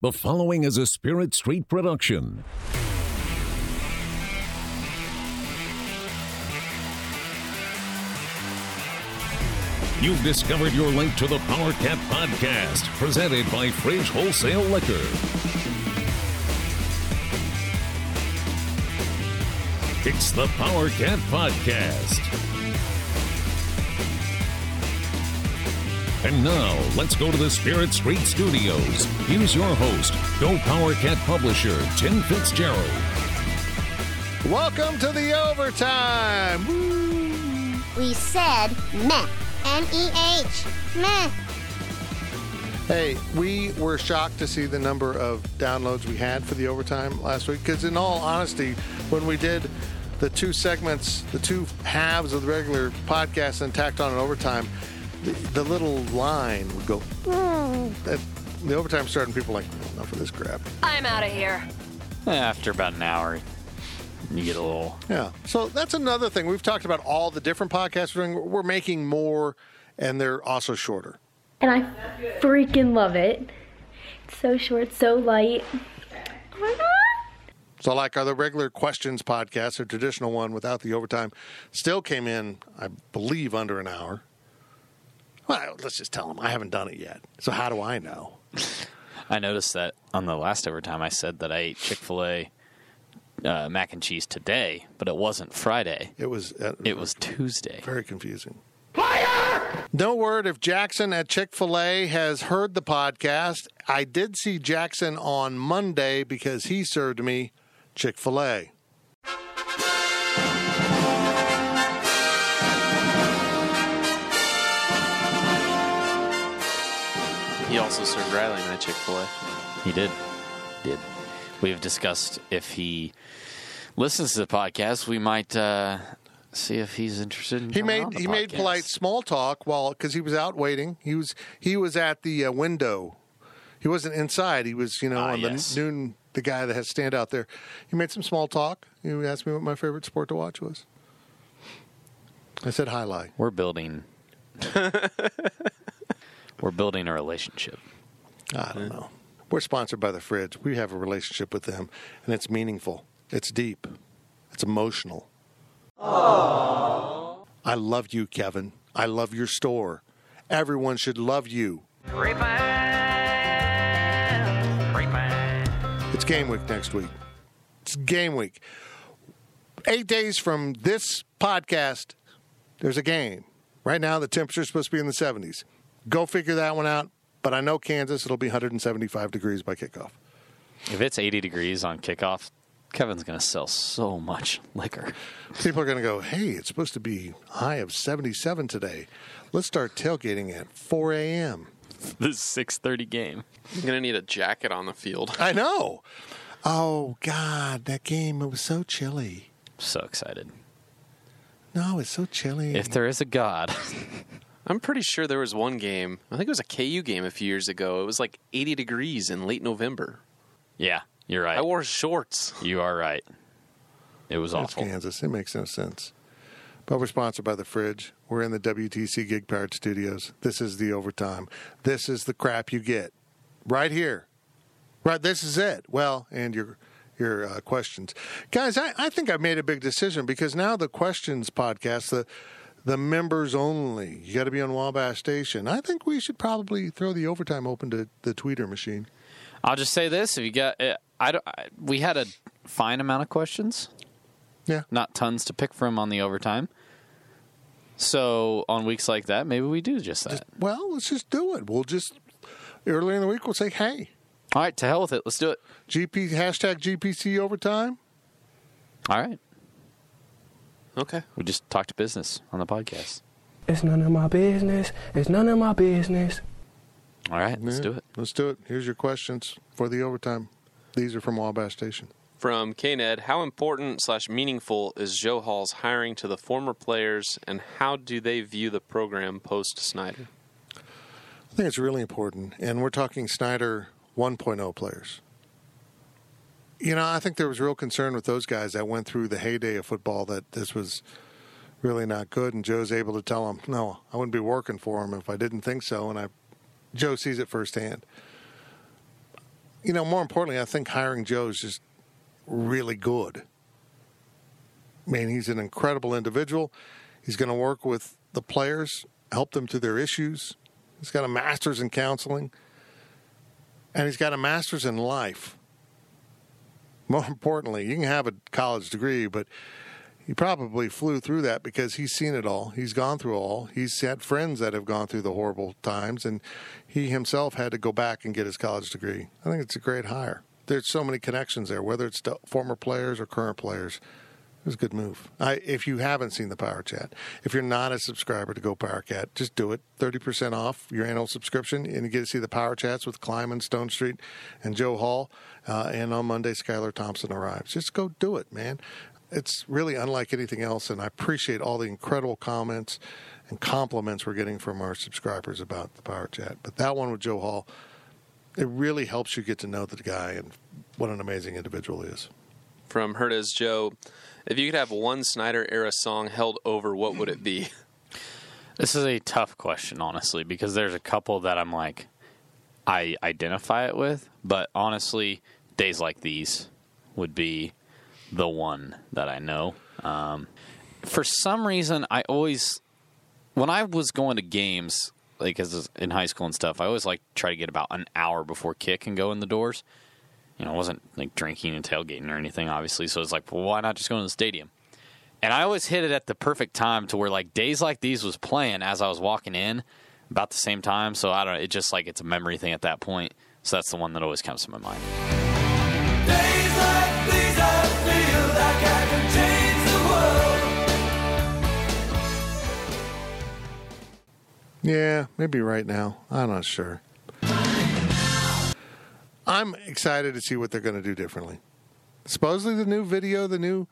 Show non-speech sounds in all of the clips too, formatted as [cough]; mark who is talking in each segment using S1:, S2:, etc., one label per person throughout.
S1: The following is a Spirit Street production. You've discovered your link to the Power Cat Podcast, presented by Fridge Wholesale Liquor. It's the Power Cat Podcast. And now, let's go to the Spirit Street Studios. Here's your host, Go Power Cat publisher, Tim Fitzgerald.
S2: Welcome to the overtime. Woo.
S3: We said meh. M E H. Meh.
S2: Hey, we were shocked to see the number of downloads we had for the overtime last week. Because, in all honesty, when we did the two segments, the two halves of the regular podcast and tacked on an overtime, the, the little line would go. "Mm." That- The overtime started, and people were like, "Oh, enough of this crap.
S4: I'm out of here.
S5: After about an hour, you get a little.
S2: Yeah. So that's another thing. We've talked about all the different podcasts we're doing. We're making more, and they're also shorter.
S6: and I freaking love it. It's so short, so light. Oh my god!
S2: So, like our the regular questions podcast, our traditional one without the overtime, still came in, I believe, under an hour. Well, let's just tell them I haven't done it yet. So how do I know?
S5: I noticed that on the last overtime, I said that I ate Chick Fil A uh, mac and cheese today, but it wasn't Friday.
S2: It was uh,
S5: It was Tuesday.
S2: very confusing. No word if Jackson at Chick fil A has heard the podcast. I did see Jackson on Monday because he served me Chick fil A.
S7: He also served Riley and I Chick Fil A.
S5: He did. Did. We have discussed if he listens to the podcast, we might uh, see if he's interested. In
S2: He
S5: coming on
S2: made
S5: the
S2: he made
S5: podcast.
S2: polite small talk while because he was out waiting. He was he was at the uh, window. He wasn't inside. He was you know
S5: Ah,
S2: on
S5: yes.
S2: the noon the guy that has stand out there. He made some small talk. He asked me what my favorite sport to watch was. I said highlight. [laughs]
S5: We're building. we're building a relationship.
S2: I don't know. We're sponsored by the fridge. We have a relationship with them, and it's meaningful. It's deep. It's emotional. I love you, Kevin. I love your store. Everyone should love you. It's game week next week. It's game week. Eight days from this podcast, there's a game. Right now, the temperature's supposed to be in the 70s. Go figure that one out. But I know Kansas, it'll be 175 degrees by kickoff.
S5: If it's 80 degrees on kickoff, Kevin's going to sell so much liquor.
S2: People are going to go, hey, it's supposed to be high of 77 today. Let's start tailgating at 4 a.m.
S5: this 6:30 game.
S7: I'm gonna need a jacket on the field.
S2: I know. Oh, God, that game, it was so chilly.
S5: So excited.
S2: No, it's so chilly.
S5: If there is a god,
S7: [laughs]
S5: [laughs]
S7: I'm pretty sure there was one game. I think it was a KU game a few years ago. It was like 80 degrees in late November.
S5: yeah, you're right.
S7: I wore shorts.
S5: you are right. It was
S2: It's
S5: awful.
S2: Kansas. It makes no sense. But we're sponsored by The Fridge. We're in the WTC Gig Powered Studios. This is the overtime. This is the crap you get right here. Right, this is it. Well, and your your uh, questions, guys. I, I think I've made a big decision because now the questions podcast, the the members only. You got to be on Wabash Station. I think we should probably throw the overtime open to the tweeter machine.
S5: I'll just say this: if you got, uh, I, don't- I we had a fine amount of questions,
S2: Yeah,
S5: not tons to pick from on the overtime. So on weeks like that, maybe we do just that.
S2: well, let's just do it. We'll just early in the week we'll say, hey,
S5: All right, to hell with it. Let's do it.
S2: GP hashtag GPC overtime.
S5: All right,
S7: Okay.
S5: we just talked business on the podcast.
S8: It's none of my business. It's none of my business.
S5: All right, let's do it.
S2: Let's do it. Here's your questions for the overtime. These are from Wabash Station.
S7: From KNED, how important slash meaningful is Joe Hall's hiring to the former players, and how do they view the program post Snyder?
S2: I think it's really important, and we're talking Snyder 1.0 players. You know, I think there was real concern with those guys that went through the heyday of football that this was really not good, and Joe's able to tell them, "No, I wouldn't be working for him if I didn't think so." And I, Joe sees it firsthand. you know, more importantly, I think hiring Joe is just really good. I mean, he's an incredible individual. He's going to work with the players, help them through their issues. He's got a master's in counseling, and he's got a master's in life. More importantly, you can have a college degree, but he probably flew through that because he's seen it all. He's gone through all. He's had friends that have gone through the horrible times, and he himself had to go back and get his college degree. I think it's a great hire. There's so many connections there, whether it's to former players or current players. It was a good move. I, if you haven't seen the Power Chat, if you're not a subscriber to Go Power Cat, just do it. 30% off your annual subscription, and you get to see the Power Chats with Kleiman, Stone Street, and Joe Hall. Uh, and on Monday, Skylar Thompson arrives. Just go do it, man. It's really unlike anything else, and I appreciate all the incredible comments and compliments we're getting from our subscribers about the Power Chat. But that one with Joe Hall, it really helps you get to know the guy and what an amazing individual he is.
S7: From Hurt as Joe, if you could have one Snyder era song held over, what would it be? [laughs]
S5: This is a tough question, honestly, because there's a couple that I'm like, I identify it with, but honestly, days like these would be the one that I know. Um, for some reason, I always, when I was going to games, like as in high school and stuff, I always like try to get about an hour before kick and go in the doors. You know, I wasn't like drinking and tailgating or anything, obviously. So it's like, well, why not just go to the stadium? And I always hit it at the perfect time to where like days like these was playing as I was walking in about the same time. So I don't know. It just like it's a memory thing at that point. So that's the one that always comes to my mind.
S4: Days like these, I feel like I can change the world.
S2: Yeah, maybe right now. I'm not sure. I'm excited to see what they're going to do differently. Supposedly, the new video, the new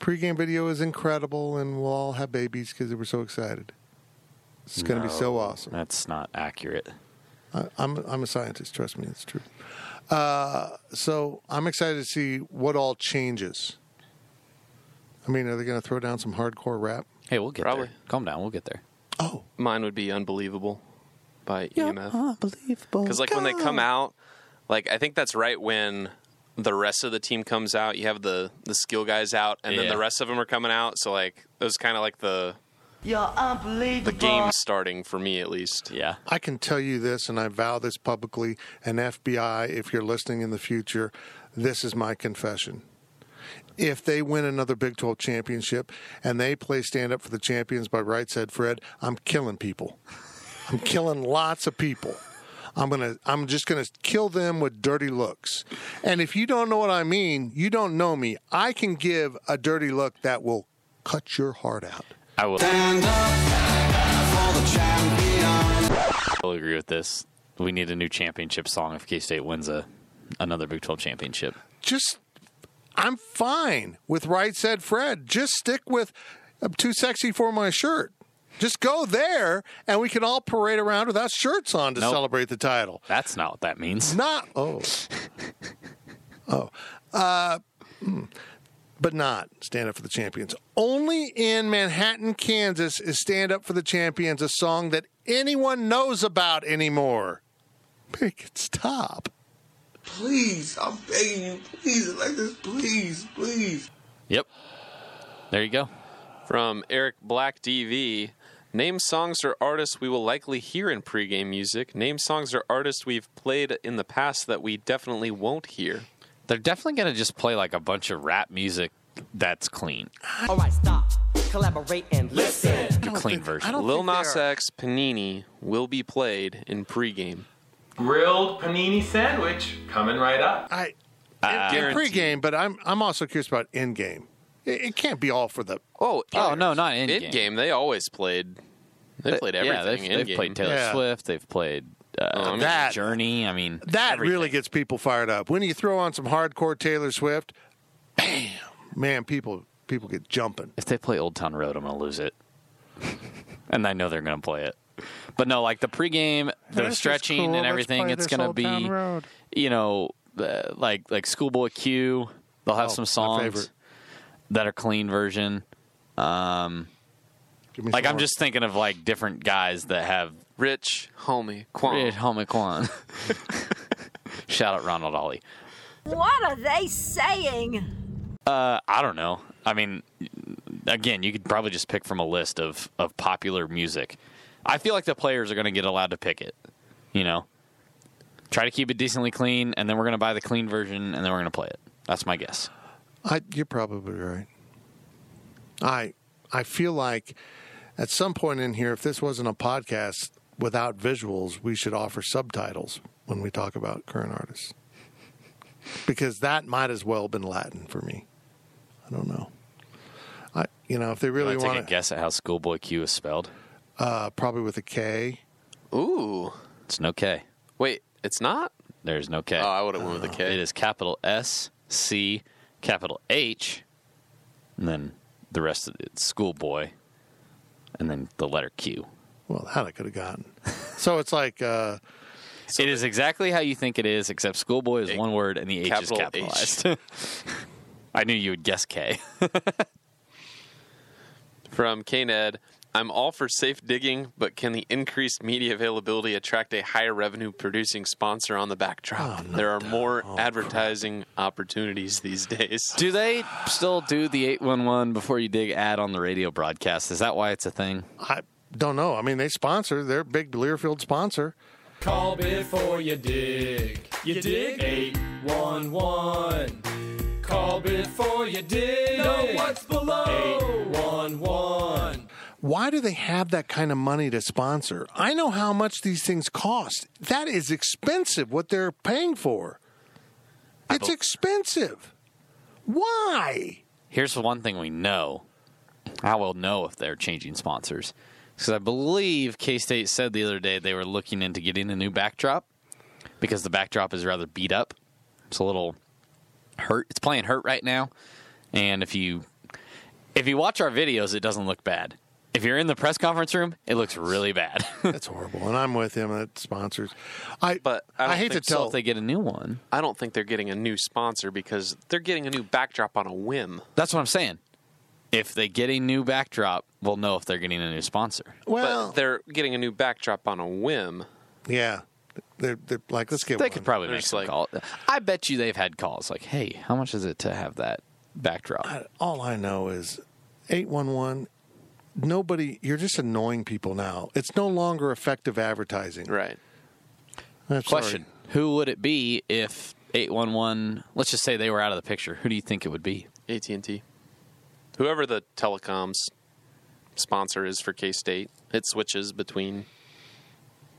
S2: pregame video is incredible, and we'll all have babies because they were so excited. It's going to be so
S5: No,
S2: awesome.
S5: That's not accurate.
S2: I, I'm, I'm a scientist, trust me, it's true. Uh, so I'm excited to see what all changes. I mean, are they going to throw down some hardcore rap?
S5: Hey, we'll get
S7: Probably.
S5: there. Calm down. We'll get there.
S2: Oh,
S7: Mine would be unbelievable by E EMF. Unbelievable. Because like when they come out, like I think that's right when the rest of the team comes out. You have the the skill guys out, and then
S5: Yeah.
S7: the rest of them are coming out. So like it was kind of like the
S4: You're unbelievable.
S7: the game starting for me at least.
S5: Yeah.
S2: I can tell you this, and I vow this publicly, and FBI, if you're listening in the future, this is my confession. If they win another Big 12 championship and they play Stand Up for the Champions by Right Said Fred, I'm killing people. I'm killing lots of people. I'm gonna I'm just gonna kill them with dirty looks. And if you don't know what I mean, you don't know me. I can give a dirty look that will cut your heart out.
S5: I will.
S4: Stand up for the champion.
S5: I'll agree with this. We need a new championship song if K State wins a another Big Twelve championship.
S2: just I'm fine with right said Fred. Just stick with I'm too sexy for my shirt. Just go there and we can all parade around without shirts on to
S5: Nope.
S2: celebrate the title.
S5: That's not what that means.
S2: Not oh. oh. Uh hmm. but not Stand Up for the Champions. Only in Manhattan, Kansas is Stand Up for the Champions a song that anyone knows about anymore. Make it stop.
S4: Please, I'm begging you, please, like this, please, please.
S5: Yep. There you go.
S7: From Eric Black DV. Name songs or artists we will likely hear in pregame music. Name songs or artists we've played in the past that we definitely won't hear.
S5: They're definitely gonna just play like a bunch of rap music that's clean.
S9: All right, stop, collaborate, and listen.
S5: A clean version.
S7: Lil Nas X Panini will be played in pregame.
S10: Grilled panini sandwich coming right up.
S2: I in, in
S7: guaranteed.
S2: pregame, but I'm I'm also curious about end game. It, it can't be all for the
S7: Oh,
S5: oh no, not in
S7: in game. They always played. They, played everything.
S5: Yeah, they've,
S7: in
S5: they've
S7: game. Oh,
S5: played Taylor
S2: Yeah.
S5: Swift. They've played uh,
S7: mean-
S2: That-
S5: Journey. I mean,
S2: that
S5: everything.
S2: really gets people fired up. When you throw on some hardcore Taylor Swift, bam, man, people people get jumping.
S5: if they play Old Town Road, I'm gonna lose it. [laughs] and I know they're gonna play it. But no, like the pregame, the
S2: This is
S5: stretching
S2: cool.
S5: and
S2: Let's
S5: everything,
S2: play
S5: it's
S2: this
S5: gonna
S2: Old Town
S5: be,
S2: Road.
S5: you know, uh, like like Schoolboy Q. They'll have
S2: Oh, my
S5: some songs
S2: favorite.
S5: that are clean version. Um,
S2: Give me
S5: Like
S2: some
S5: I'm
S2: more.
S5: just thinking of like different guys that have
S7: Rich, homie, Quan.
S5: Homie Kwan. [laughs] Shout out Ronald Ollie.
S11: What are they saying?
S5: Uh, I don't know. I mean, again, you could probably just pick from a list of, of popular music. I feel like the players are going to get allowed to pick it. You know, try to keep it decently clean, and then we're going to buy the clean version, and then we're going to play it. That's my guess.
S2: I, you're probably right. I I feel like at some point in here, if this wasn't a podcast without visuals, we should offer subtitles when we talk about current artists because that might as well have been Latin for me. I don't know. I you know if they really
S5: Wanna take
S2: want
S5: a guess at how Schoolboy Q is spelled.
S2: uh, probably with a K.
S7: Ooh,
S5: it's no K.
S7: Wait, it's not.
S5: There's no K. Oh,
S7: I would have went with a K.
S5: It is capital S C capital H, and then the rest of it Schoolboy, and then the letter Q.
S2: Well, that I could have gotten. So it's like uh,
S5: it is exactly how you think it is, except Schoolboy is one word and the H
S7: capital
S5: is
S7: H.
S5: capitalized. [laughs] I knew you would guess K.
S7: [laughs] From KNED, I'm all for safe digging, but can the increased media availability attract a higher revenue producing sponsor on the backdrop?
S5: Oh,
S7: there are more advertising opportunities these days.
S5: do they still do the 811 before you dig ad on the radio broadcast? Is that why it's a thing?
S2: I don't know. I mean, they sponsor. They're a big Learfield sponsor.
S12: Call before you dig. You dig? 811. Call before you dig. Know what's below. 811.
S2: Why do they have that kind of money to sponsor? I know how much these things cost. That is expensive. What they're paying for. It's expensive.
S12: [laughs]
S2: Why?
S5: Here's one thing we know. I will know if they're changing sponsors. Because I believe K State said the other day they were looking into getting a new backdrop because the backdrop is rather beat up. It's a little hurt. It's playing hurt right now. And if you if you watch our videos, it doesn't look bad. If you're in the press conference room, it looks really bad. [laughs]
S2: That's horrible. And I'm with him at sponsors. I
S7: but
S2: I,
S7: don't
S2: hate to
S7: think so
S2: tell.
S7: if they
S5: get a new one.
S7: I don't think they're getting a new sponsor because they're getting a new backdrop on a whim.
S5: That's what I'm saying. If they get a new backdrop, we'll know if they're getting a new sponsor.
S2: Well,
S7: but they're getting a new backdrop on a whim.
S2: yeah, they're, they're like let's get.
S5: they
S2: one.
S5: could probably
S2: They're
S5: make
S2: just
S5: some call. I bet you they've had calls like, "Hey, how much is it to have that backdrop?"
S2: all I know is 811 nobody you're just annoying people now. It's no longer effective advertising.
S7: Right.
S5: Question: Who would it be if eight one one? Let's just say they were out of the picture. Who do you think it would be?
S7: AT and T, whoever the telecoms sponsor is for K State, it switches between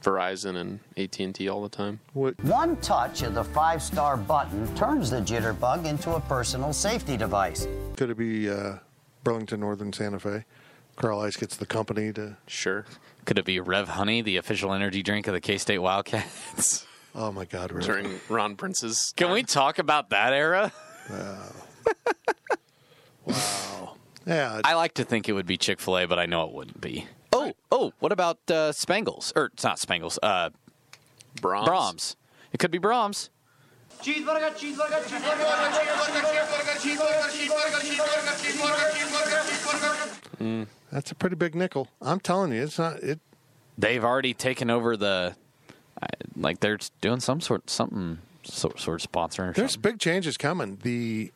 S7: Verizon and AT and T all the time.
S13: One touch of the five star button turns the jitterbug into a personal safety device.
S2: Could it be uh, Burlington Northern Santa Fe? Carl Ice gets the company to
S7: Sure.
S5: Could it be Rev Honey, the official energy drink of the K State Wildcats? [laughs]
S2: Oh my God, Rev.
S7: During Ron Prince's.
S5: Can we talk about that era?
S2: Yeah.
S5: I like to think it would be Chick Fil A, but I know it wouldn't be. Oh, oh, what about uh, Spangles? Or it's not Spangles. Uh,
S7: Brahms.
S5: Brahms. It could be Brahms.
S4: Cheeseburger, cheeseburger, cheeseburger, cheeseburger, cheeseburger, cheeseburger, cheeseburger, cheeseburger, cheeseburger, cheeseburger, cheeseburger.
S2: That's a pretty big nickel. I'm telling you, it's not it
S5: They've already taken over the, I- like they're doing some sort something sort sort of sponsoring. or
S2: there's big changes coming. The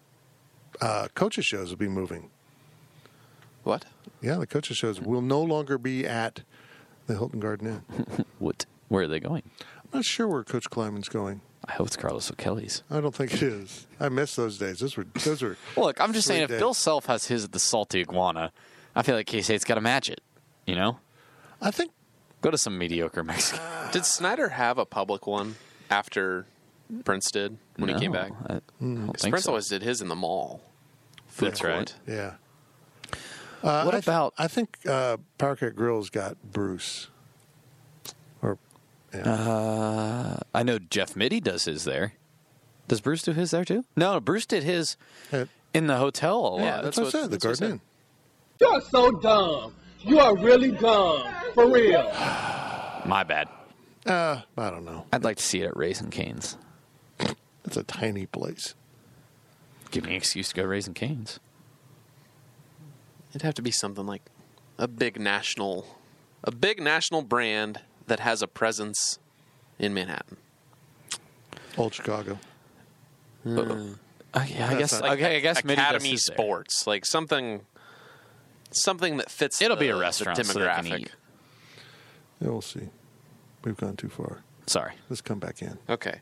S2: uh, coaches shows will be moving.
S7: What?
S2: Yeah, the coaches shows will no longer be at the Hilton Garden Inn.
S5: What? Where are they going?
S2: I'm not sure where Coach Kleiman's going.
S5: I hope it's Carlos O'Kelly's.
S2: I don't think it is. I miss those days. Those were those were.
S5: [laughs] Look, I'm just saying, if
S2: sweet days.
S5: Bill Self has his at the Salty Iguana, I feel like K State's got to match it. You know,
S2: I think
S5: go to some mediocre [laughs] Mexican.
S7: Did Snyder have a public one after Prince did when he came
S5: No,
S7: back?
S5: I- I
S2: Hmm.
S5: don't
S7: 'Cause
S5: think
S7: Prince
S5: so.
S7: always did his in the mall.
S5: That's
S7: court.
S5: right.
S2: Yeah. Uh,
S5: What
S2: I th-
S5: about-
S2: I think uh, Power Cat Grill's got Bruce. Or
S5: Uh, I know Jeff Mitty does his there. Does Bruce do his there too? No, Bruce did his in the hotel a lot.
S2: that's what I said. The Garden Inn.
S14: You're so dumb. You are really dumb. For real.
S5: My bad.
S2: Uh, I don't know.
S5: I'd like to see it at Raisin Canes.
S2: That's a tiny place.
S5: Give me an excuse to go Raisin Canes.
S7: It'd have to be something like a big national, a big national brand that has a presence in Manhattan.
S2: Old Chicago.
S5: Uh, yeah, I
S7: That's
S5: guess.
S7: not-
S5: okay, I guess Midi
S7: Academy
S5: Dust is there.
S7: Sports, like something, something that fits.
S5: It'll be
S7: the-
S5: a restaurant,
S7: the
S5: so they can
S7: demographic.
S5: eat.
S2: Yeah, we'll see. We've gone too far.
S5: Sorry.
S2: Let's come back in.
S7: Okay.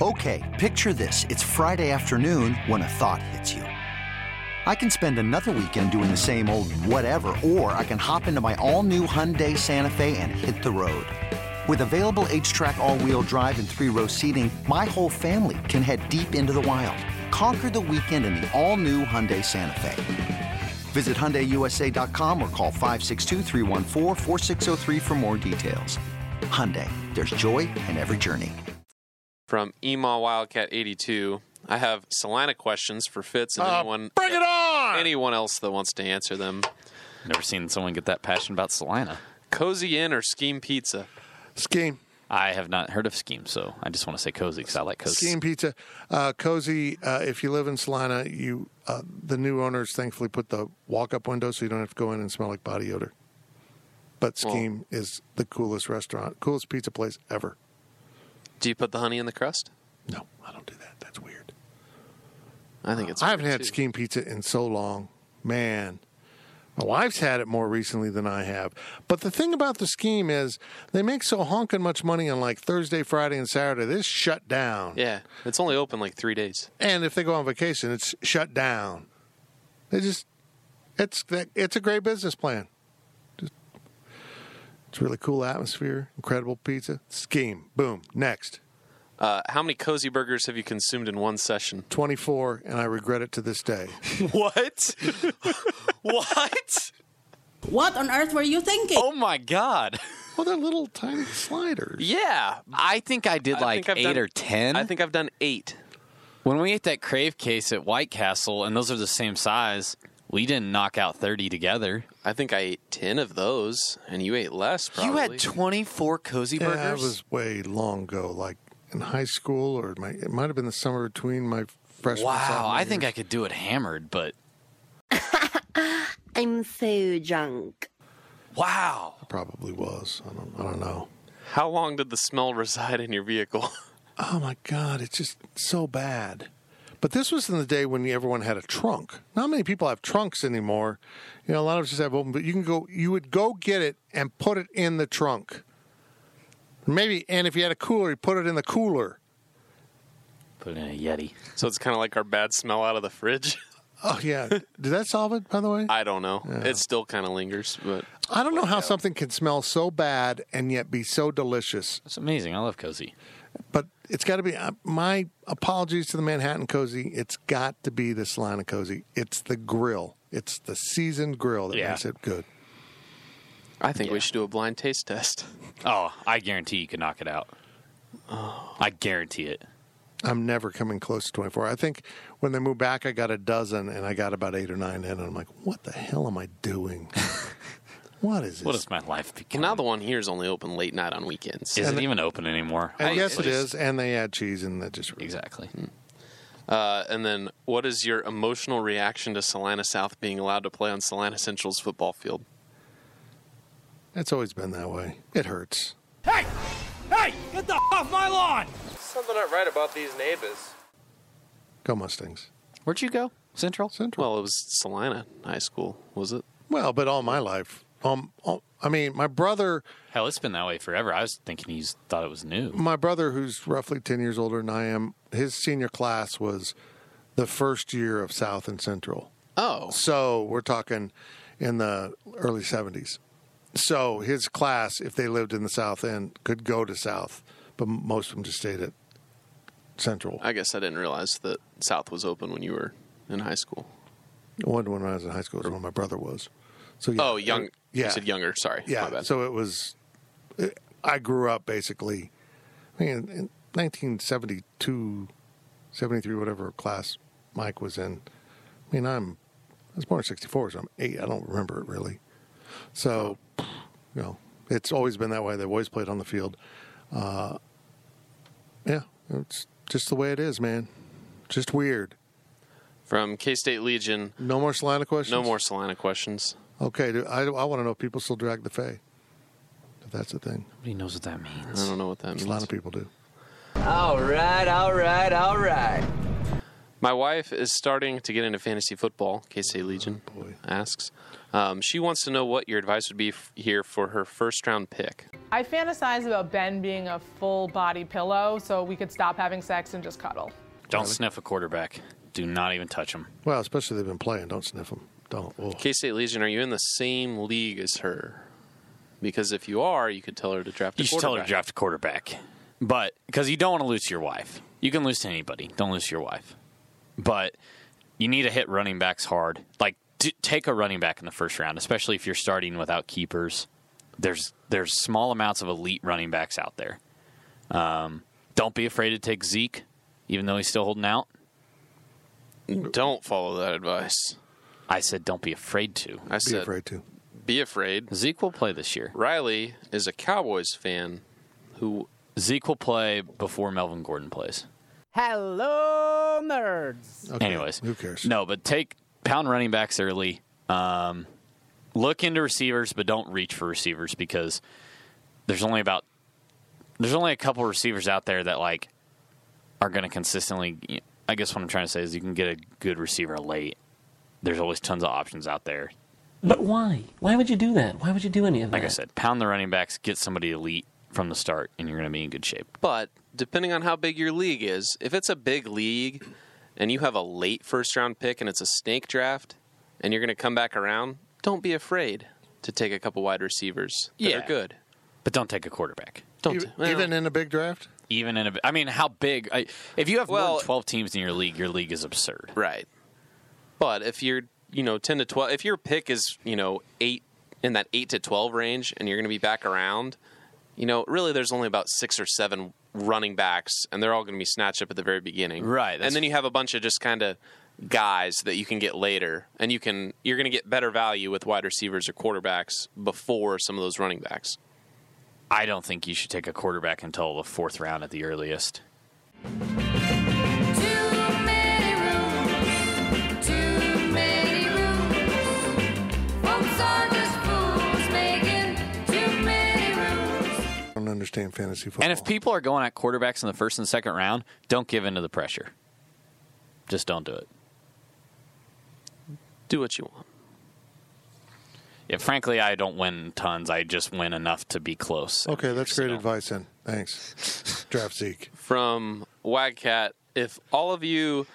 S13: Okay, picture this. It's Friday afternoon when a thought hits you. I can spend another weekend doing the same old whatever, or I can hop into my all new Hyundai Santa Fe and hit the road. With available H track, all wheel drive, and three row seating, my whole family can head deep into the wild. Conquer the weekend in the all new Hyundai Santa Fe. Visit HyundaiUSA.com or call 562-314-4603 for more details. Hyundai, there's joy in every journey.
S7: From Ema Wildcat eighty two, I have Solana questions for Fitz and
S2: Uh,
S7: anyone.
S2: bring it on!
S7: Anyone else that wants to answer them.
S5: Never seen someone get that passionate about Salina.
S7: Cozy Inn or Scheme Pizza?
S2: Scheme.
S5: I have not heard of Scheme, so I just want to say cozy because I like cozy.
S2: Scheme Pizza, uh, cozy. Uh, if you live in Salina, you uh, the new owners thankfully put the walk-up window, so you don't have to go in and smell like body odor. But Scheme is the coolest restaurant, coolest pizza place ever.
S7: Do you put the honey in the crust?
S2: No, I don't do that. That's weird.
S7: I think it's.
S2: I haven't
S7: weird,
S2: had
S7: too.
S2: Scheme Pizza in so long, man. My wife's had it more recently than I have. But the thing about the scheme is they make so honking much money on like Thursday, Friday, and Saturday. This shut down.
S7: Yeah, it's only open like three days.
S2: And if they go on vacation, it's shut down. They just it's it's a great business plan. Just- It's really cool atmosphere, incredible pizza scheme. Boom. Next,
S7: Uh, how many cozy burgers have you consumed in one session?
S2: twenty four, and I regret it to this day.
S7: [laughs]
S5: What? what?
S15: What on earth were you thinking?
S5: Oh my god.
S2: [laughs] Well, they're little tiny sliders.
S5: Yeah, I think I did
S7: I
S5: like
S7: think I've
S5: eight
S7: done-
S5: or ten. I
S7: think I've done eight.
S5: When we ate that crave case at White Castle, and those are the same size, we didn't knock out thirty together.
S7: I think I ate ten of those, and you ate less. Probably.
S5: You had twenty four cozy burgers.
S2: Yeah, it was way long ago, like in high school, or my it might have been the summer between my freshman.
S5: wow, I think I could do it hammered, but
S16: [laughs] I'm so drunk.
S5: Wow.
S2: probably was. I don't, I don't know.
S7: How long did the smell [laughs] reside in your vehicle? [laughs]
S2: Oh my god, it's just so bad. But this was in the day when everyone had a trunk. Not many people have trunks anymore. You know, a lot of us just have open. But you can go. You would go get it and put it in the trunk. Maybe, and if you had a cooler, you put it in the cooler.
S5: Put in a Yeti.
S7: So it's kind of like our bad smell out of the fridge. [laughs]
S2: Oh [laughs] yeah, did that solve it? By the way,
S7: I don't know. It still kind of lingers, but
S2: I don't know how something can smell so bad and yet be so delicious.
S5: It's amazing. I love cozy.
S2: But it's got to be uh, my apologies to the Manhattan Cozy. It's got to be the Salina Cozy. It's the grill. It's the seasoned grill that
S7: Yeah.
S2: makes it good.
S7: I think we should do a blind taste test.
S5: Oh, I guarantee you could knock it out. I guarantee it.
S2: I'm never coming close to 24. I think when they moved back, I got a dozen and I got about eight or nine in. And I'm like, what the hell am I doing? what is this?
S5: What is my life?
S7: Well, now the one here is only open late night on weekends.
S5: Is it even open anymore?
S2: and yes,
S7: Honestly.
S2: it is. And they add cheese and that just
S5: exactly.
S7: Uh, and then, what is your emotional reaction to Salina South being allowed to play on Salina Central's football field?
S2: It's always been that way. It hurts.
S12: Hey! Hey! Get the f- off my lawn!
S17: Something not right about these neighbors.
S2: Go Mustangs.
S5: Where'd you go? Central.
S2: Central.
S7: Well, it was Salina High School, was it?
S2: Well, but all my life, um, all, I mean, my brother,
S5: Hell, it's been that way forever. I was thinking you thought it was new.
S2: my brother, who's roughly ten years older than I am, his senior class was the first year of South and Central.
S7: Oh,
S2: so we're talking in the early seventies. So his class, if they lived in the South End, could go to South, but m- most of them just stayed at Central.
S7: I guess I didn't realize that South was open when you were in high school.
S2: It wasn't when I was in high school; it was when my brother was. So yeah,
S7: oh, young.
S2: yeah,
S7: You said younger. Sorry. My
S2: Yeah.
S7: bad.
S2: So it was, it, I grew up basically, I mean, in 1972, 73, whatever class Mike was in. I mean, I'm, I was born in 64, so I'm eight. I don't remember it really. So, you know, it's always been that way. They've always played on the field. Uh, yeah. It's just the way it is, man. Just weird.
S7: From K State Legion.
S2: No more Salina questions?
S7: No more Salina questions.
S2: Okay. do- I, I want to know if people still drag the Fae. If that's a thing.
S5: Nobody knows what that means.
S7: I don't know what that means.
S2: A lot of people do.
S9: All right, all right, all right.
S7: My wife is starting to get into fantasy football. KC Legion
S5: Oh,
S7: asks. Um, she wants to know what your advice would be f- here for her first round pick.
S18: I fantasize about Ben being a full body pillow so we could stop having sex and just cuddle.
S5: Don't sniff a quarterback. Do not even touch him.
S2: Well, especially they've been playing. Don't sniff them. Don't. Oh.
S7: K State Legion, are you in the same league as her? Because if you are, you could tell her to draft.
S5: You
S7: a
S5: should tell her to
S7: quarterback.
S5: draft a quarterback, but because you don't want to lose to your wife. You can lose to anybody. Don't lose to your wife, but you need to hit running backs hard. Like d- take a running back in the first round, especially if you're starting without keepers. There's there's small amounts of elite running backs out there. Um, don't be afraid to take Zeke, even though he's still holding out.
S7: Don't follow that advice.
S5: I said don't be afraid to.
S7: I said
S2: to.
S7: Be afraid.
S5: Zeke will play this year.
S7: Riley is a Cowboys fan who
S5: Zeke will play before Melvin Gordon plays.
S19: Hello, nerds.
S5: Anyways,
S2: who cares?
S5: No, but take pound running backs early. Um, look into receivers, but don't reach for receivers because there's only about there's only a couple receivers out there that like are going to consistently. I guess what I'm trying to say is you can get a good receiver late. There's always tons of options out there.
S20: But why? Why would you do that? Why would you do any of
S5: Like
S20: that?
S5: I said, pound the running backs, get somebody elite from the start, and you're going to be in good shape.
S7: But depending on how big your league is, if it's a big league and you have a late first round pick and it's a snake draft and you're going to come back around, don't be afraid to take a couple wide receivers that
S5: Yeah.
S7: are good.
S5: But don't take a quarterback.
S7: Don't well,
S2: E- Even in a big draft?
S5: even in a. I mean, how big? I, if you have more than twelve teams in your league, your league is absurd.
S7: Right. But if you're, you know, 10 to 12, if your pick is, you know, 8 in that 8 to 12 range and you're going to be back around, you know, really there's only about 6 or 7 running backs and they're all going to be snatched up at the very beginning.
S5: Right, that's-
S7: And then you have a bunch of just kind of guys that you can get later and you can you're going to get better value with wide receivers or quarterbacks before some of those running backs.
S5: I don't think you should take a quarterback until the fourth round at the earliest.
S2: I don't understand fantasy football.
S5: And if people are going at quarterbacks in the first and second round, don't give in to the pressure. Just don't do it.
S7: Do what you want.
S5: Yeah, frankly, I don't win tons. I just win enough to be close.
S2: Okay, that's great advice then.
S7: [laughs]
S2: Thanks. Draft Zeke.
S7: From Wagcat, if all of you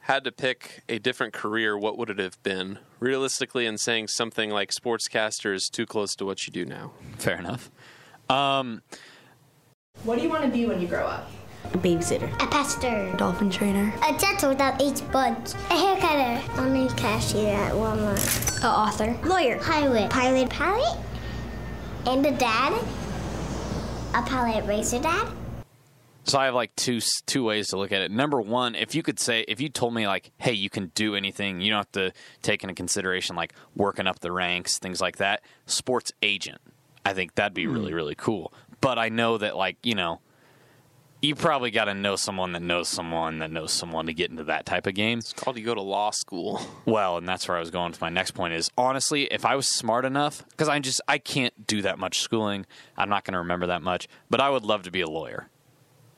S7: had to pick a different career, what would it have been? Realistically, and saying something like sportscaster is too close to what you do now.
S5: Fair enough. Um,
S21: What do you want to be when you grow up?
S3: Babysitter. A pastor. Dolphin trainer. A dental without each bunch. A hair cutter. Only cashier at Walmart. A author. Lawyer. Pilot. Pilot. Pilot. And a dad. A pilot racer dad.
S5: So I have like two two ways to look at it. Number one, if you could say, if you told me like, hey, you can do anything, you don't have to take into consideration like working up the ranks, things like that. Sports agent, I think that'd be really really cool. But I know that like you know, you probably got to know someone that knows someone that knows someone to get into that type of game. It's
S7: called you go to law school.
S5: Well, and that's where I was going with my next point is honestly, if I was smart enough, because I just I can't do that much schooling, I'm not going to remember that much. But I would love to be a lawyer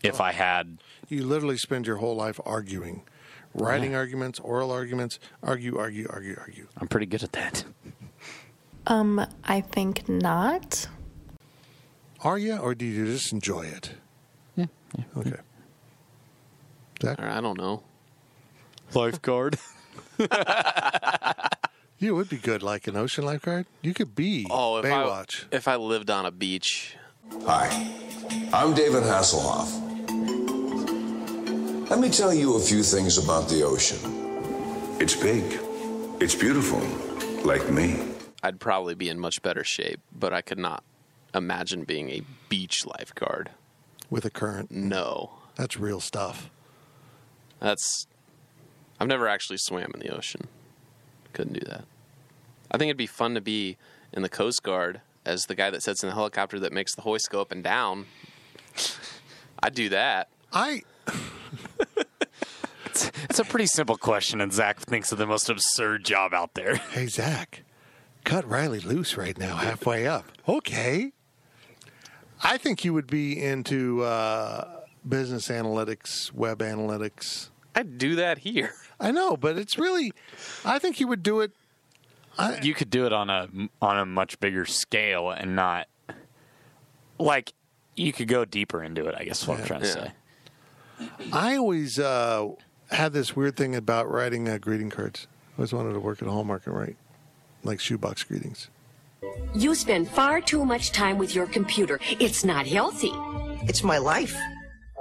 S5: if I had
S2: You literally spend your whole life arguing, writing
S7: Uh-huh.
S5: Yeah.
S2: arguments, oral arguments, argue, argue, argue, argue.
S5: I'm pretty good at that. [laughs]
S22: Um, I think not.
S2: Are you, or do you just enjoy it?
S5: Yeah.
S2: Okay.
S7: Or I don't know.
S5: Lifeguard.
S2: you would be good like an ocean lifeguard. You could be
S7: [laughs] Oh, if
S2: Baywatch.
S7: I if I lived on a beach.
S23: Hi, I'm David Hasselhoff. Let me tell you a few things about the ocean. It's big, it's beautiful, like me.
S7: I'd probably be in much better shape, but I could not imagine being a beach lifeguard.
S2: With a current.
S7: No.
S2: That's real stuff.
S7: That's I've never actually swam in the ocean. Couldn't do that. I think it'd be fun to be in the Coast Guard as the guy that sits in the helicopter that makes the hoist go up and down. [laughs] I'd do that.
S2: I
S5: It's a pretty simple question, and Zach thinks of the most absurd job out there. [laughs]
S2: Hey, Zach, cut Riley loose right now, halfway up. Okay. I think you would be into uh, business analytics, web analytics.
S7: I'd do that here.
S2: I know, but it's really, I think you would do it. I,
S5: you could do it on a on a much bigger scale and not like you could go deeper into it. I guess is what I'm trying to say.
S2: I always uh, had this weird thing about writing uh, greeting cards. I always wanted to work at Hallmark and write like shoebox greetings.
S1: You spend far too much time with your computer. It's not healthy.
S6: It's my life.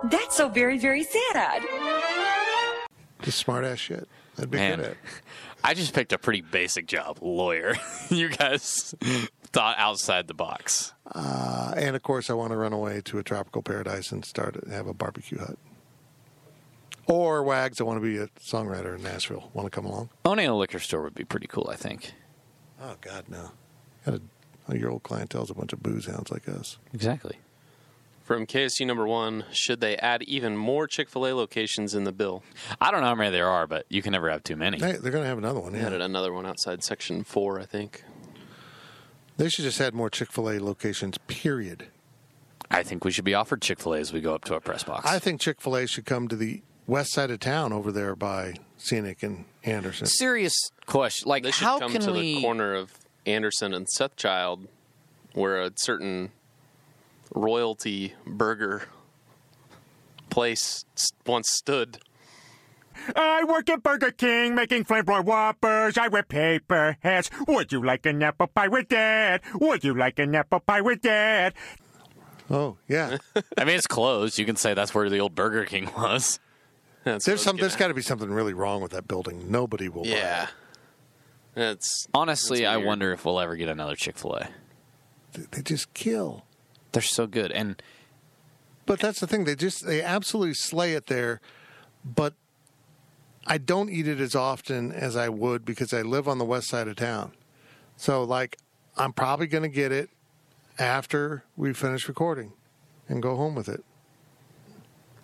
S1: That's so very, very sad, Odd.
S2: Just smart ass shit. That'd be
S5: Man,
S2: good at.
S5: I just picked a pretty basic job, lawyer. [laughs] you guys [laughs] thought outside the box.
S2: Uh, and of course, I want to run away to a tropical paradise and start have a barbecue hut. Or Wags, I want to be a songwriter in Nashville. Want to come along?
S5: Owning a liquor store would be pretty cool, I think.
S2: Oh God, no! Got a, oh, your old clientele's a bunch of booze hounds like us.
S5: Exactly.
S7: From KSU number one, should they add even more Chick fil A locations in the bill?
S5: I don't know how many there are, but you can never have too many.
S2: They, they're going to have another one.
S7: They
S2: Yeah.
S7: added another one outside section four, I think.
S2: They should just add more Chick Fil A locations. Period.
S5: I think we should be offered Chick fil A as we go up to our press box.
S2: I think Chick Fil A should come to the west side of town over there by Scenic and Anderson.
S5: Serious question. Like,
S7: They should
S5: how
S7: come
S5: can
S7: to
S5: we.
S7: the corner of Anderson and Sethchild, where a certain royalty burger place s- once stood. [laughs]
S8: I work at Burger King making flamethrower whoppers. I wear paper hats. Would you like an apple pie with that? Would you like an apple pie with that?
S2: Oh, [laughs] yeah.
S5: I mean, it's closed. You can say that's where the old Burger King was.
S2: there's some. There's got to be something really wrong with that building. Nobody will. buy
S7: Yeah. It's
S5: honestly, I wonder if we'll ever get another Chick Fil A.
S2: it. They just kill.
S5: They're so good, and
S2: But that's the thing. They just they absolutely slay it there. But I don't eat it as often as I would because I live on the west side of town. So like I'm probably going to get it after we finish recording and go home with it.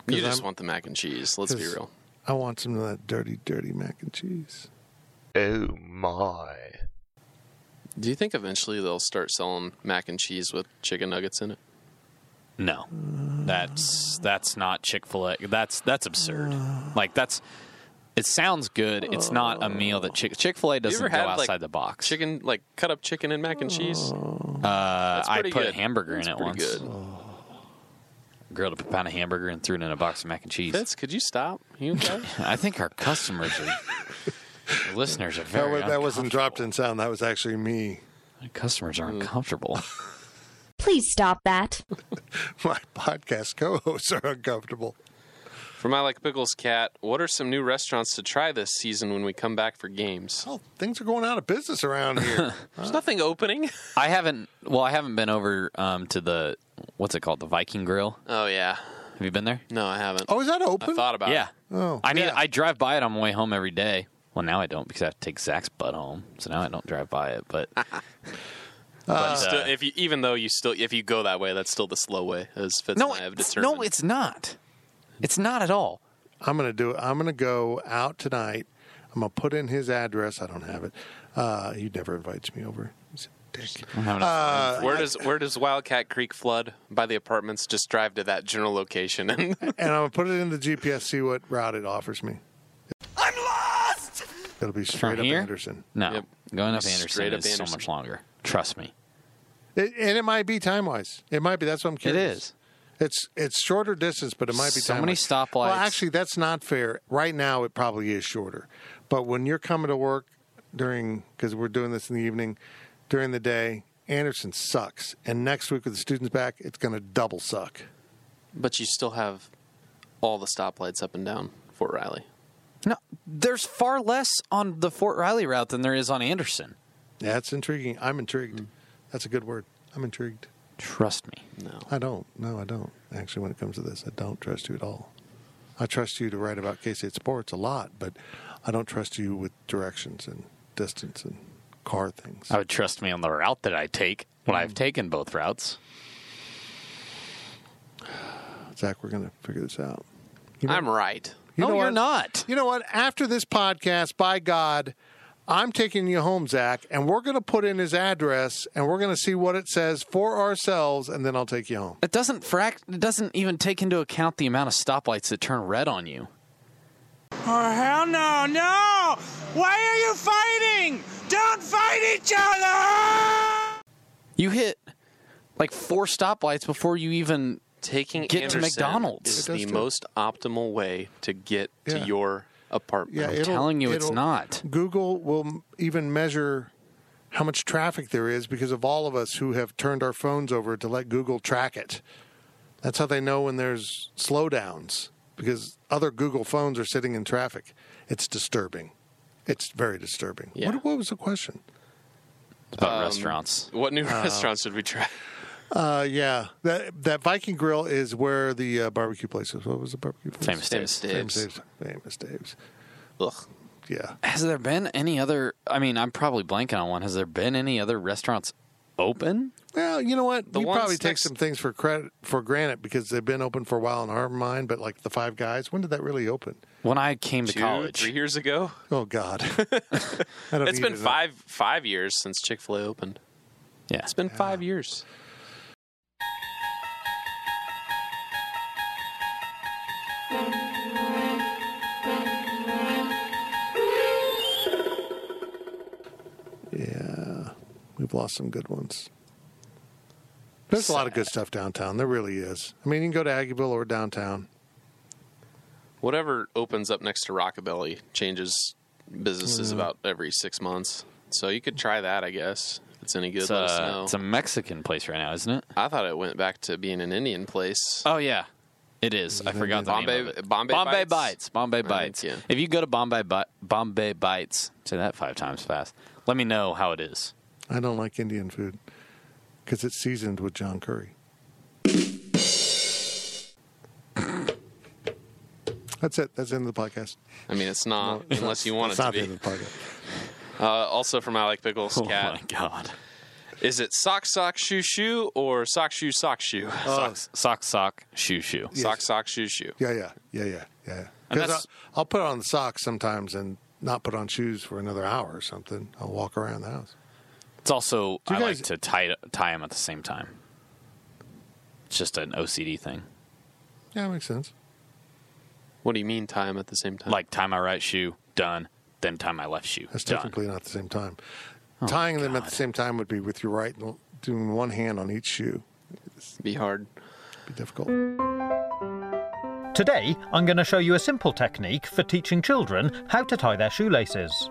S7: You
S2: 'Cause
S7: just
S2: I'm-
S7: want the mac and cheese. Let's be
S2: 'cause
S7: real.
S2: I want some of that dirty, dirty mac and cheese.
S7: Oh my! Do you think eventually they'll start selling mac and cheese with chicken nuggets in it?
S5: no, that's that's not Chick Fil A. That's that's absurd. Like that's it sounds good. It's not a meal that Chick Chick Fil A
S7: You ever
S5: doesn't go
S7: had, like,
S5: outside the box.
S7: Chicken, like cut up chicken and mac and cheese.
S5: Uh, I
S7: pretty
S5: put
S7: good.
S5: hamburger
S7: That's
S5: in it
S7: pretty
S5: once.
S7: good.
S5: Grilled up a pound of hamburger and threw it in a box of mac and cheese.
S7: Fitz, could you stop?
S5: [laughs]
S7: You okay?
S5: I think our customers are,
S7: [laughs]
S5: our listeners are
S2: That,
S5: very.
S2: was, that wasn't
S5: uncomfortable.
S2: dropped in sound. That was actually me. [laughs]
S5: Customers are
S7: Mm.
S5: uncomfortable.
S24: Please stop that.
S2: My podcast co-hosts are uncomfortable.
S7: From I Like Pickles Cat, what are some new restaurants to try this season when we come back for games?
S2: Oh, things are going out of business around here.
S7: There's
S5: [laughs]
S7: nothing opening.
S5: I haven't. Well, I haven't been over um, to the what's it called, the Viking Grill.
S7: Oh yeah.
S5: Have you been there?
S7: No, I haven't.
S2: Oh, is that open?
S7: [laughs] I thought about
S5: Uh, yeah.
S7: it.
S2: Oh,
S5: I mean,
S2: yeah.
S5: I drive by it on my way home every day. Well, now I don't because I have to take Zach's butt home, so now I don't drive by it. But, but,
S7: You
S5: uh,
S7: still, if you, even though you still, if you go that way, that's still the slow way, as Fitz
S5: no,
S7: and I have
S5: it's,
S7: determined.
S5: no, it's not. It's not at all.
S2: I'm gonna do it. I'm gonna go out tonight. I'm gonna put in his address. I don't have it. Uh, he never invites me over. He's a dick.
S5: I'm having a-
S2: Uh,
S7: where does where does Wildcat Creek flood by the apartments? Just drive to that general location, and [laughs]
S2: and I'm gonna put it in the GPS. See what route it offers me. I'm lost. It'll be straight up
S5: here?
S2: Anderson,
S5: No,
S7: Yep.
S5: going up
S7: Straight
S5: Anderson
S7: up
S5: is so
S7: Anderson.
S5: much longer. Trust me.
S2: it, and it might be time wise. It might be. That's what I'm
S5: It
S2: curious.
S5: is.
S2: It's it's shorter distance, but it might be
S5: So
S2: time
S5: many
S2: wise.
S5: stoplights.
S2: Well, actually, that's not fair. Right now, it probably is shorter, but when you're coming to work during because we're doing this in the evening, during the day, Anderson sucks, and next week with the students back, it's going to double suck.
S7: but you still have all the stoplights up and down Fort Riley.
S5: No, there's far less on the Fort Riley route than there is on Anderson.
S2: Yeah, that's intriguing. I'm intrigued.
S5: Hmm.
S2: That's a good word. I'm intrigued.
S5: Trust me.
S7: No,
S2: I don't. No, I don't. Actually, when it comes to this, I don't trust you at all. I trust you to write about K State sports a lot, but I don't trust you with directions and distance and car things.
S5: I would trust me on the route that I take when I've taken both routes.
S2: Zach, we're going to figure this out.
S7: I'm right.
S2: You
S5: no,
S2: know
S5: you're
S2: what?
S5: not.
S2: You know what? After this podcast, by God, I'm taking you home, Zach, and we're going to put in his address and we're going to see what it says for ourselves, and then I'll take you home.
S5: It doesn't fract. It doesn't even take into account the amount of stoplights that turn red on you.
S12: Oh, hell no, no! Why are you fighting? Don't fight each other!
S5: You hit like four stoplights before you even
S7: taking
S5: get to
S7: Anderson
S5: McDonald's.
S7: is the most optimal way to get
S2: Yeah.
S7: to your apartment.
S2: Yeah, it'll- it'll- Google will m- even measure how much traffic there is because of all of us who have turned our phones over to let Google track it. That's how they know when there's slowdowns because other Google phones are sitting in traffic. It's disturbing. It's very disturbing. What, what was the question?
S5: about restaurants.
S7: What new
S2: Oh.
S7: restaurants would we try?
S2: Uh, yeah, that that Viking Grill is where the uh, barbecue place is. What was the barbecue place?
S5: Famous Dave's.
S2: Famous Dave's. Famous Dave's.
S7: Ugh.
S2: Yeah.
S5: Has there been any other? I mean, I'm probably blanking on one. Has there been any other restaurants open?
S2: Well, you know what?
S5: The
S2: we
S5: ones
S2: probably take
S5: next-
S2: some things for credit for granted because they've been open for a while in our mind. But like the Five Guys, when did that really open?
S5: When I came to
S7: Two,
S5: college,
S7: three years ago.
S2: Oh God, [laughs]
S7: It's
S2: need
S7: been
S2: to know.
S7: five five years since Chick Fil A opened.
S5: Yeah,
S7: it's been five years.
S2: yeah, we've lost some good ones. There's a lot of good stuff downtown. There really is. I mean, you can go to Aggieville or downtown.
S7: Whatever opens up next to Rockabilly changes businesses
S5: Yeah.
S7: about every six months. So you could try that, I guess. If it's any good,
S5: it's
S7: let us
S5: a,
S7: know.
S5: it's a Mexican place right now, isn't it?
S7: I thought it went back to being an Indian place.
S5: Oh yeah, it is. I forgot the
S7: Bombay,
S5: name of it.
S7: Bombay,
S5: Bombay Bites.
S7: Bites.
S5: Bombay
S7: Right,
S5: Bites.
S7: yeah.
S5: If you go to Bombay Bi- Bombay Bites, say that five times fast. Let me know how it is.
S2: I don't like Indian food because it's seasoned with John Curry. That's it. That's the end of the podcast.
S7: I mean, it's not unless you want it
S2: That's
S7: to
S2: not the end
S7: be.
S2: of the podcast.
S7: Uh, also from Alec [laughs] Pickles,
S5: Oh
S7: cat.
S5: my god.
S7: Is it sock sock shoe shoe or sock shoe sock shoe?
S5: Sock, sock, sock, shoe, shoe.
S7: Sock sock shoe shoe.
S2: Yeah, yeah, yeah, yeah, yeah.
S7: And
S2: Because
S7: that's-
S2: I'll, I'll put on socks sometimes and not put on shoes for another hour or something. I'll walk around the house.
S5: It's also
S2: Do
S5: I
S2: you
S5: like to tie tie them at the same time. It's just an OCD thing.
S2: Yeah, that makes sense.
S7: What do you mean tie 'em at the same time?
S5: Like tie my right shoe, done. Then tie my left shoe,
S2: That's
S5: done.
S2: technically not at the same time.
S5: Oh,
S2: Tying them at the same time would be with your right and doing one hand on each shoe.
S7: Be hard.
S2: Be difficult.
S4: Today, I'm going to show you a simple technique for teaching children how to tie their shoelaces.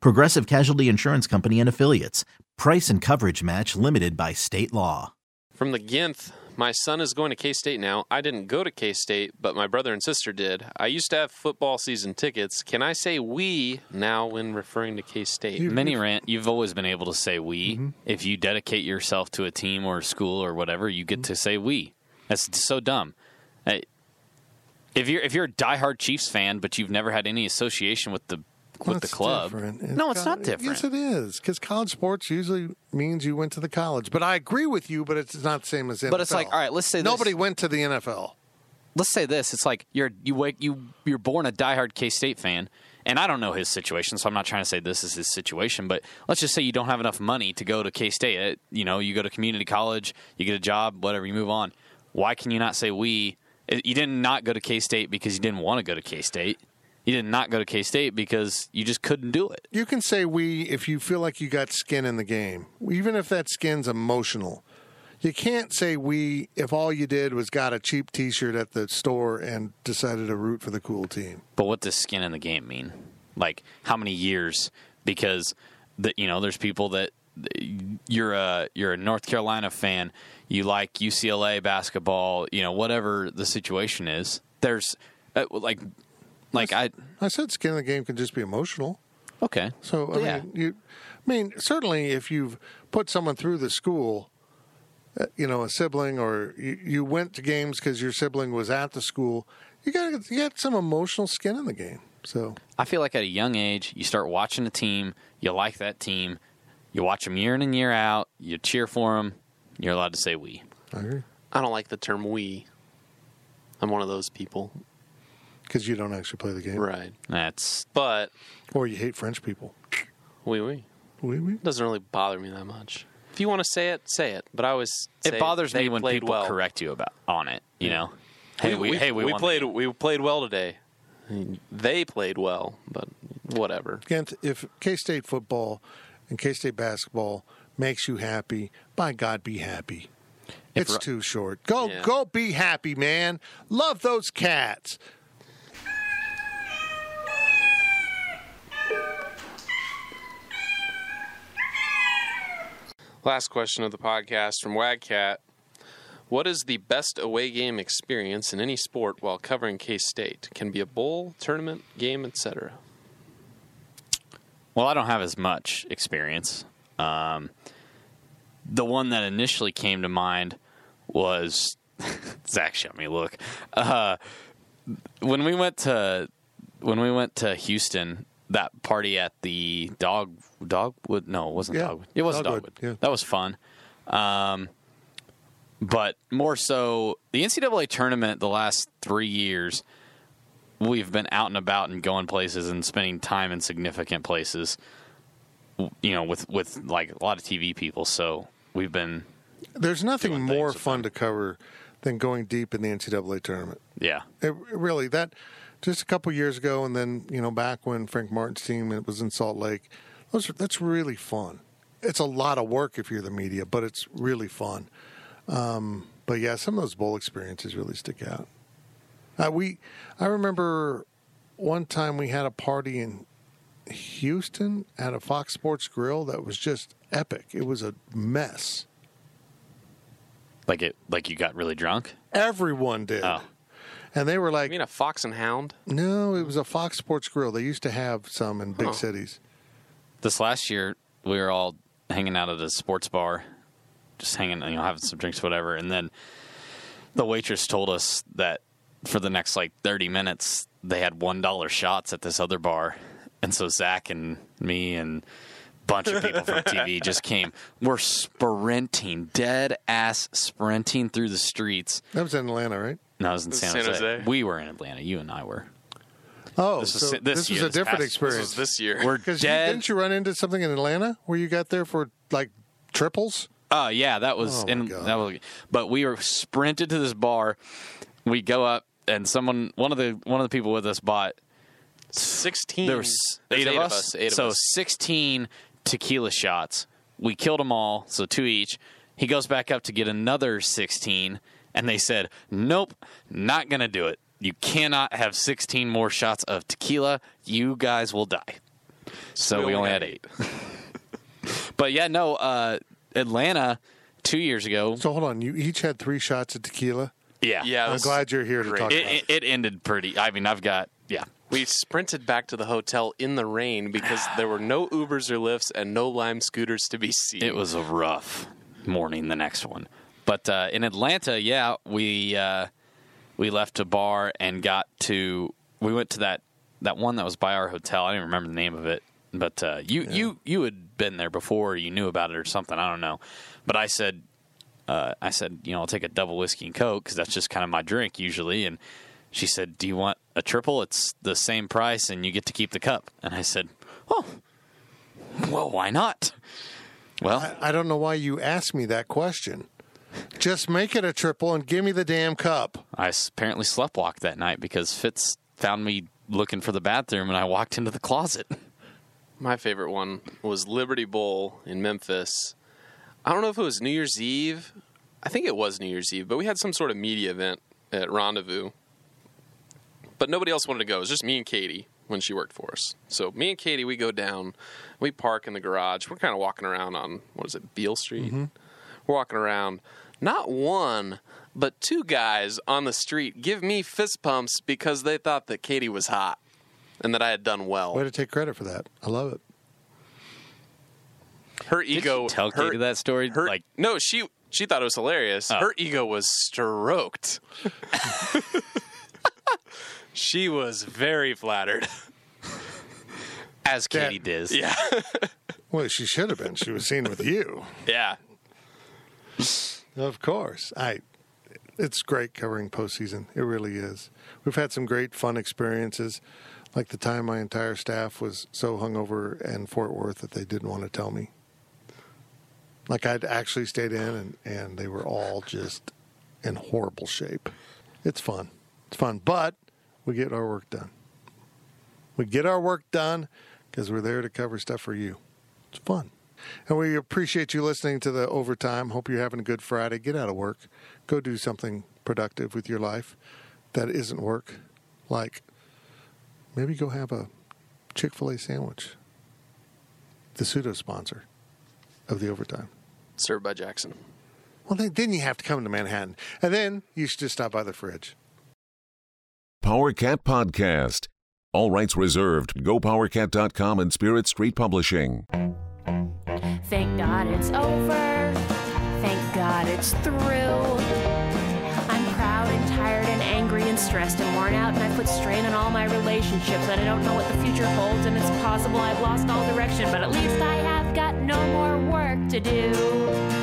S6: Progressive Casualty Insurance Company and Affiliates. Price and coverage match limited by state law.
S7: From the Ginth, my son is going to K State now. I didn't go to K State, but my brother and sister did. I used to have football season tickets. Can I say we now when referring to K State?
S5: Mini rant, you've always been able to say we. If you dedicate yourself to a team or a school or whatever, you get to say we. That's so dumb. I- If you're if you're a diehard Chiefs fan, but you've never had any association with the with the
S2: That's
S5: club,
S2: different.
S5: no, it's
S2: co-
S5: not different.
S2: Yes, it is. Because college sports usually means you went to the college. But I agree with you, but it's not the same as NFL.
S5: But it's like, all right, let's say this.
S2: Nobody went to the NFL.
S5: let's say this: it's like you're you wake you you're born a diehard K State fan, and I don't know his situation, so I'm not trying to say this is his situation. But let's just say you don't have enough money to go to K State. You know, you go to community college, you get a job, whatever, you move on. Why can you not say we? It- You didn't not go to K State because you didn't want to go to K State. You did not go to K State because you just couldn't do it.
S2: You can say we if you feel like you got skin in the game, even if that skin's emotional. You can't say we if all you did was got a cheap t shirt at the store and decided to root for the cool team.
S5: But what does skin in the game mean? Like how many years? Because that you know, there's people that you're a you're a North Carolina fan. You like UCLA basketball. You know, whatever the situation is. There's uh, like like I
S2: I said skin in the game can just be emotional.
S5: Okay.
S2: So I
S5: Yeah.
S2: mean, you, I mean, certainly if you've put someone through the school, uh, you know, a sibling, or you, you went to games because your sibling was at the school, you got you got some emotional skin in the game. So
S5: I feel like at a young age, you start watching a team, you like that team, you watch them year in and year out, you cheer for them, you're allowed to say we.
S2: I agree.
S7: I don't like the term we. I'm one of those people.
S2: because you don't actually play the game,
S7: Right.
S5: That's
S7: But
S2: or you hate French people.
S7: we we
S2: Oui, oui.
S7: doesn't really bother me that much. If you want to say it, say it. But I always say
S5: it bothers
S7: they
S5: me when
S7: played
S5: people
S7: well.
S5: correct you about on it. You know, hey, we, hey, we, won the
S7: played
S5: game.
S7: we played well today. I mean, They played well, but whatever.
S2: Kent, if K State football and K State basketball makes you happy, by God, be happy.
S5: If
S2: it's
S5: Ro-
S2: too short. Go,
S5: Yeah.
S2: go, be happy, man. Love those cats.
S7: Last question of the podcast from Wagcat. What is the best away game experience in any sport while covering K State? Can be a bowl, tournament, game, etc.
S5: Well, I don't have as much experience. Um, the one that initially came to mind was [laughs] Zach shot me a look. Uh, when we went to when we went to Houston, that party at the dog dogwood no, it wasn't
S2: Yeah,
S5: dogwood. It wasn't
S2: Dogwood,
S5: dogwood. That was fun. Um, but more so the NCAA tournament the last three years we've been out and about and going places and spending time in significant places w- you know with with like a lot of tv people so we've been
S2: There's nothing more fun to cover than going deep in the NCAA tournament.
S5: yeah
S2: It, really, that just a couple years ago, and then you know back when Frank Martin's team was in Salt Lake, those are, that's really fun. It's a lot of work if you're the media, but it's really fun. Um, but yeah, some of those bowl experiences really stick out. Uh, we, I remember one time we had a party in Houston at a Fox Sports Grill that was just epic. It was a mess.
S5: like it like you got really drunk
S2: Everyone did.
S5: oh
S2: And they were like,
S7: You mean a fox and hound?
S2: no, it was a Fox Sports Grill. They used to have some in big
S5: Huh.
S2: cities.
S5: this last year we were all hanging out at a sports bar just hanging you know having some drinks whatever and then the waitress told us that for the next like 30 minutes they had one dollar shots at this other bar and so zach and me and a bunch of people from [laughs] tv just came we're sprinting dead ass sprinting through the streets
S2: That was in Atlanta, right?
S5: no, I was in
S7: San
S5: San Jose.
S7: Jose.
S5: We were in Atlanta. You and I [laughs] were.
S2: Oh,
S5: This was
S2: so
S5: si- this
S2: this
S5: year,
S2: was a
S5: this
S2: different
S5: past-
S2: experience.
S5: this was
S7: this year.
S5: We're
S2: Because
S5: dead.
S2: didn't you run into something in Atlanta where you got there for like triples?
S5: Oh yeah, that was
S2: Oh, my
S5: and
S2: God.
S5: that was. But we were sprinted to this bar. We go up and someone one of the one of the people with us bought.
S7: Sixteen.
S5: There was
S7: There's
S5: eight, of us.
S7: Eight
S5: so
S7: of us.
S5: sixteen tequila shots. We killed them all. So two each. He goes back up to get another sixteen, and they said, "Nope, not gonna do it. You cannot have sixteen more shots of tequila. You guys will die." So we, only had eight. [laughs] but yeah, no, uh, Atlanta two years ago.
S2: So hold on, you each had three shots of tequila.
S5: Yeah,
S7: Yeah, it
S2: I'm
S7: was-
S2: glad you're here to talk.
S5: It,
S2: about it.
S5: it, it ended pretty. I mean, I've got yeah.
S7: We sprinted back to the hotel in the rain because there were no Ubers or lifts and no Lime scooters to be seen.
S5: It was a rough morning. The next one, but uh, in Atlanta, yeah, we uh, we left a bar and got to. We went to that that one that was by our hotel. I don't even remember the name of it, but uh, you you you had been there before. You knew about it or something. I don't know, but I said. Uh, I said, you know, I'll take a double whiskey and coke because that's just kind of my drink usually. And she said, "Do you want a triple? It's the same price, and you get to keep the cup." And I said, "Oh, well, why not?" Well,
S2: I, I don't know why you asked me that question. Just make it a triple and give me the damn cup.
S5: I s- apparently sleptwalked that night because Fitz found me looking for the bathroom and I walked into the closet.
S7: My favorite one was Liberty Bowl in Memphis. I don't know if it was New Year's Eve. I think it was New Year's Eve, but we had some sort of media event at Rendezvous. But nobody else wanted to go. It was just me and Katie when she worked for us. So me and Katie, we go down, we park in the garage. We're kind of walking around on, what is it, Beale Street? We're walking around. Not one, but two guys on the street give me fist pumps because they thought that Katie was hot. and that I had done well.
S2: Way to take credit for that. I love it.
S7: Her
S5: [laughs]
S7: ego
S5: tell Katie that story? like, Oh.
S7: no, she she thought it was hilarious. Her ego was
S5: [laughs]
S7: stroked. she was very flattered.
S5: as Katie does.
S7: Yeah.
S2: Well, she should have been. She was seen with you.
S7: Yeah.
S2: Of course. I it's great covering postseason. It really is. We've had some great fun experiences. Like the time my entire staff was so hungover in Fort Worth that they didn't want to tell me. Like I'd actually stayed in and, and they were all just in horrible shape. It's fun. It's fun. But we get our work done. We get our work done because we're there to cover stuff for you. It's fun. And we appreciate you listening to the overtime. Hope you're having a good Friday. Get out of work. Go do something productive with your life that isn't work. Like maybe go have a Chick fil A sandwich, the pseudo sponsor of the overtime.
S7: Served by Jackson.
S2: Well, then, then you have to come to Manhattan. And then you should just stop by the fridge.
S10: PowerCat Podcast. All rights reserved. GoPowerCat.com and Spirit Street Publishing.
S11: Thank God it's over. Thank God it's through. I'm proud and tired and angry and stressed and worn out, and I put strain on all my relationships, and I don't know what the future holds, and it's possible I've lost all direction, but at least I have got no more work to do.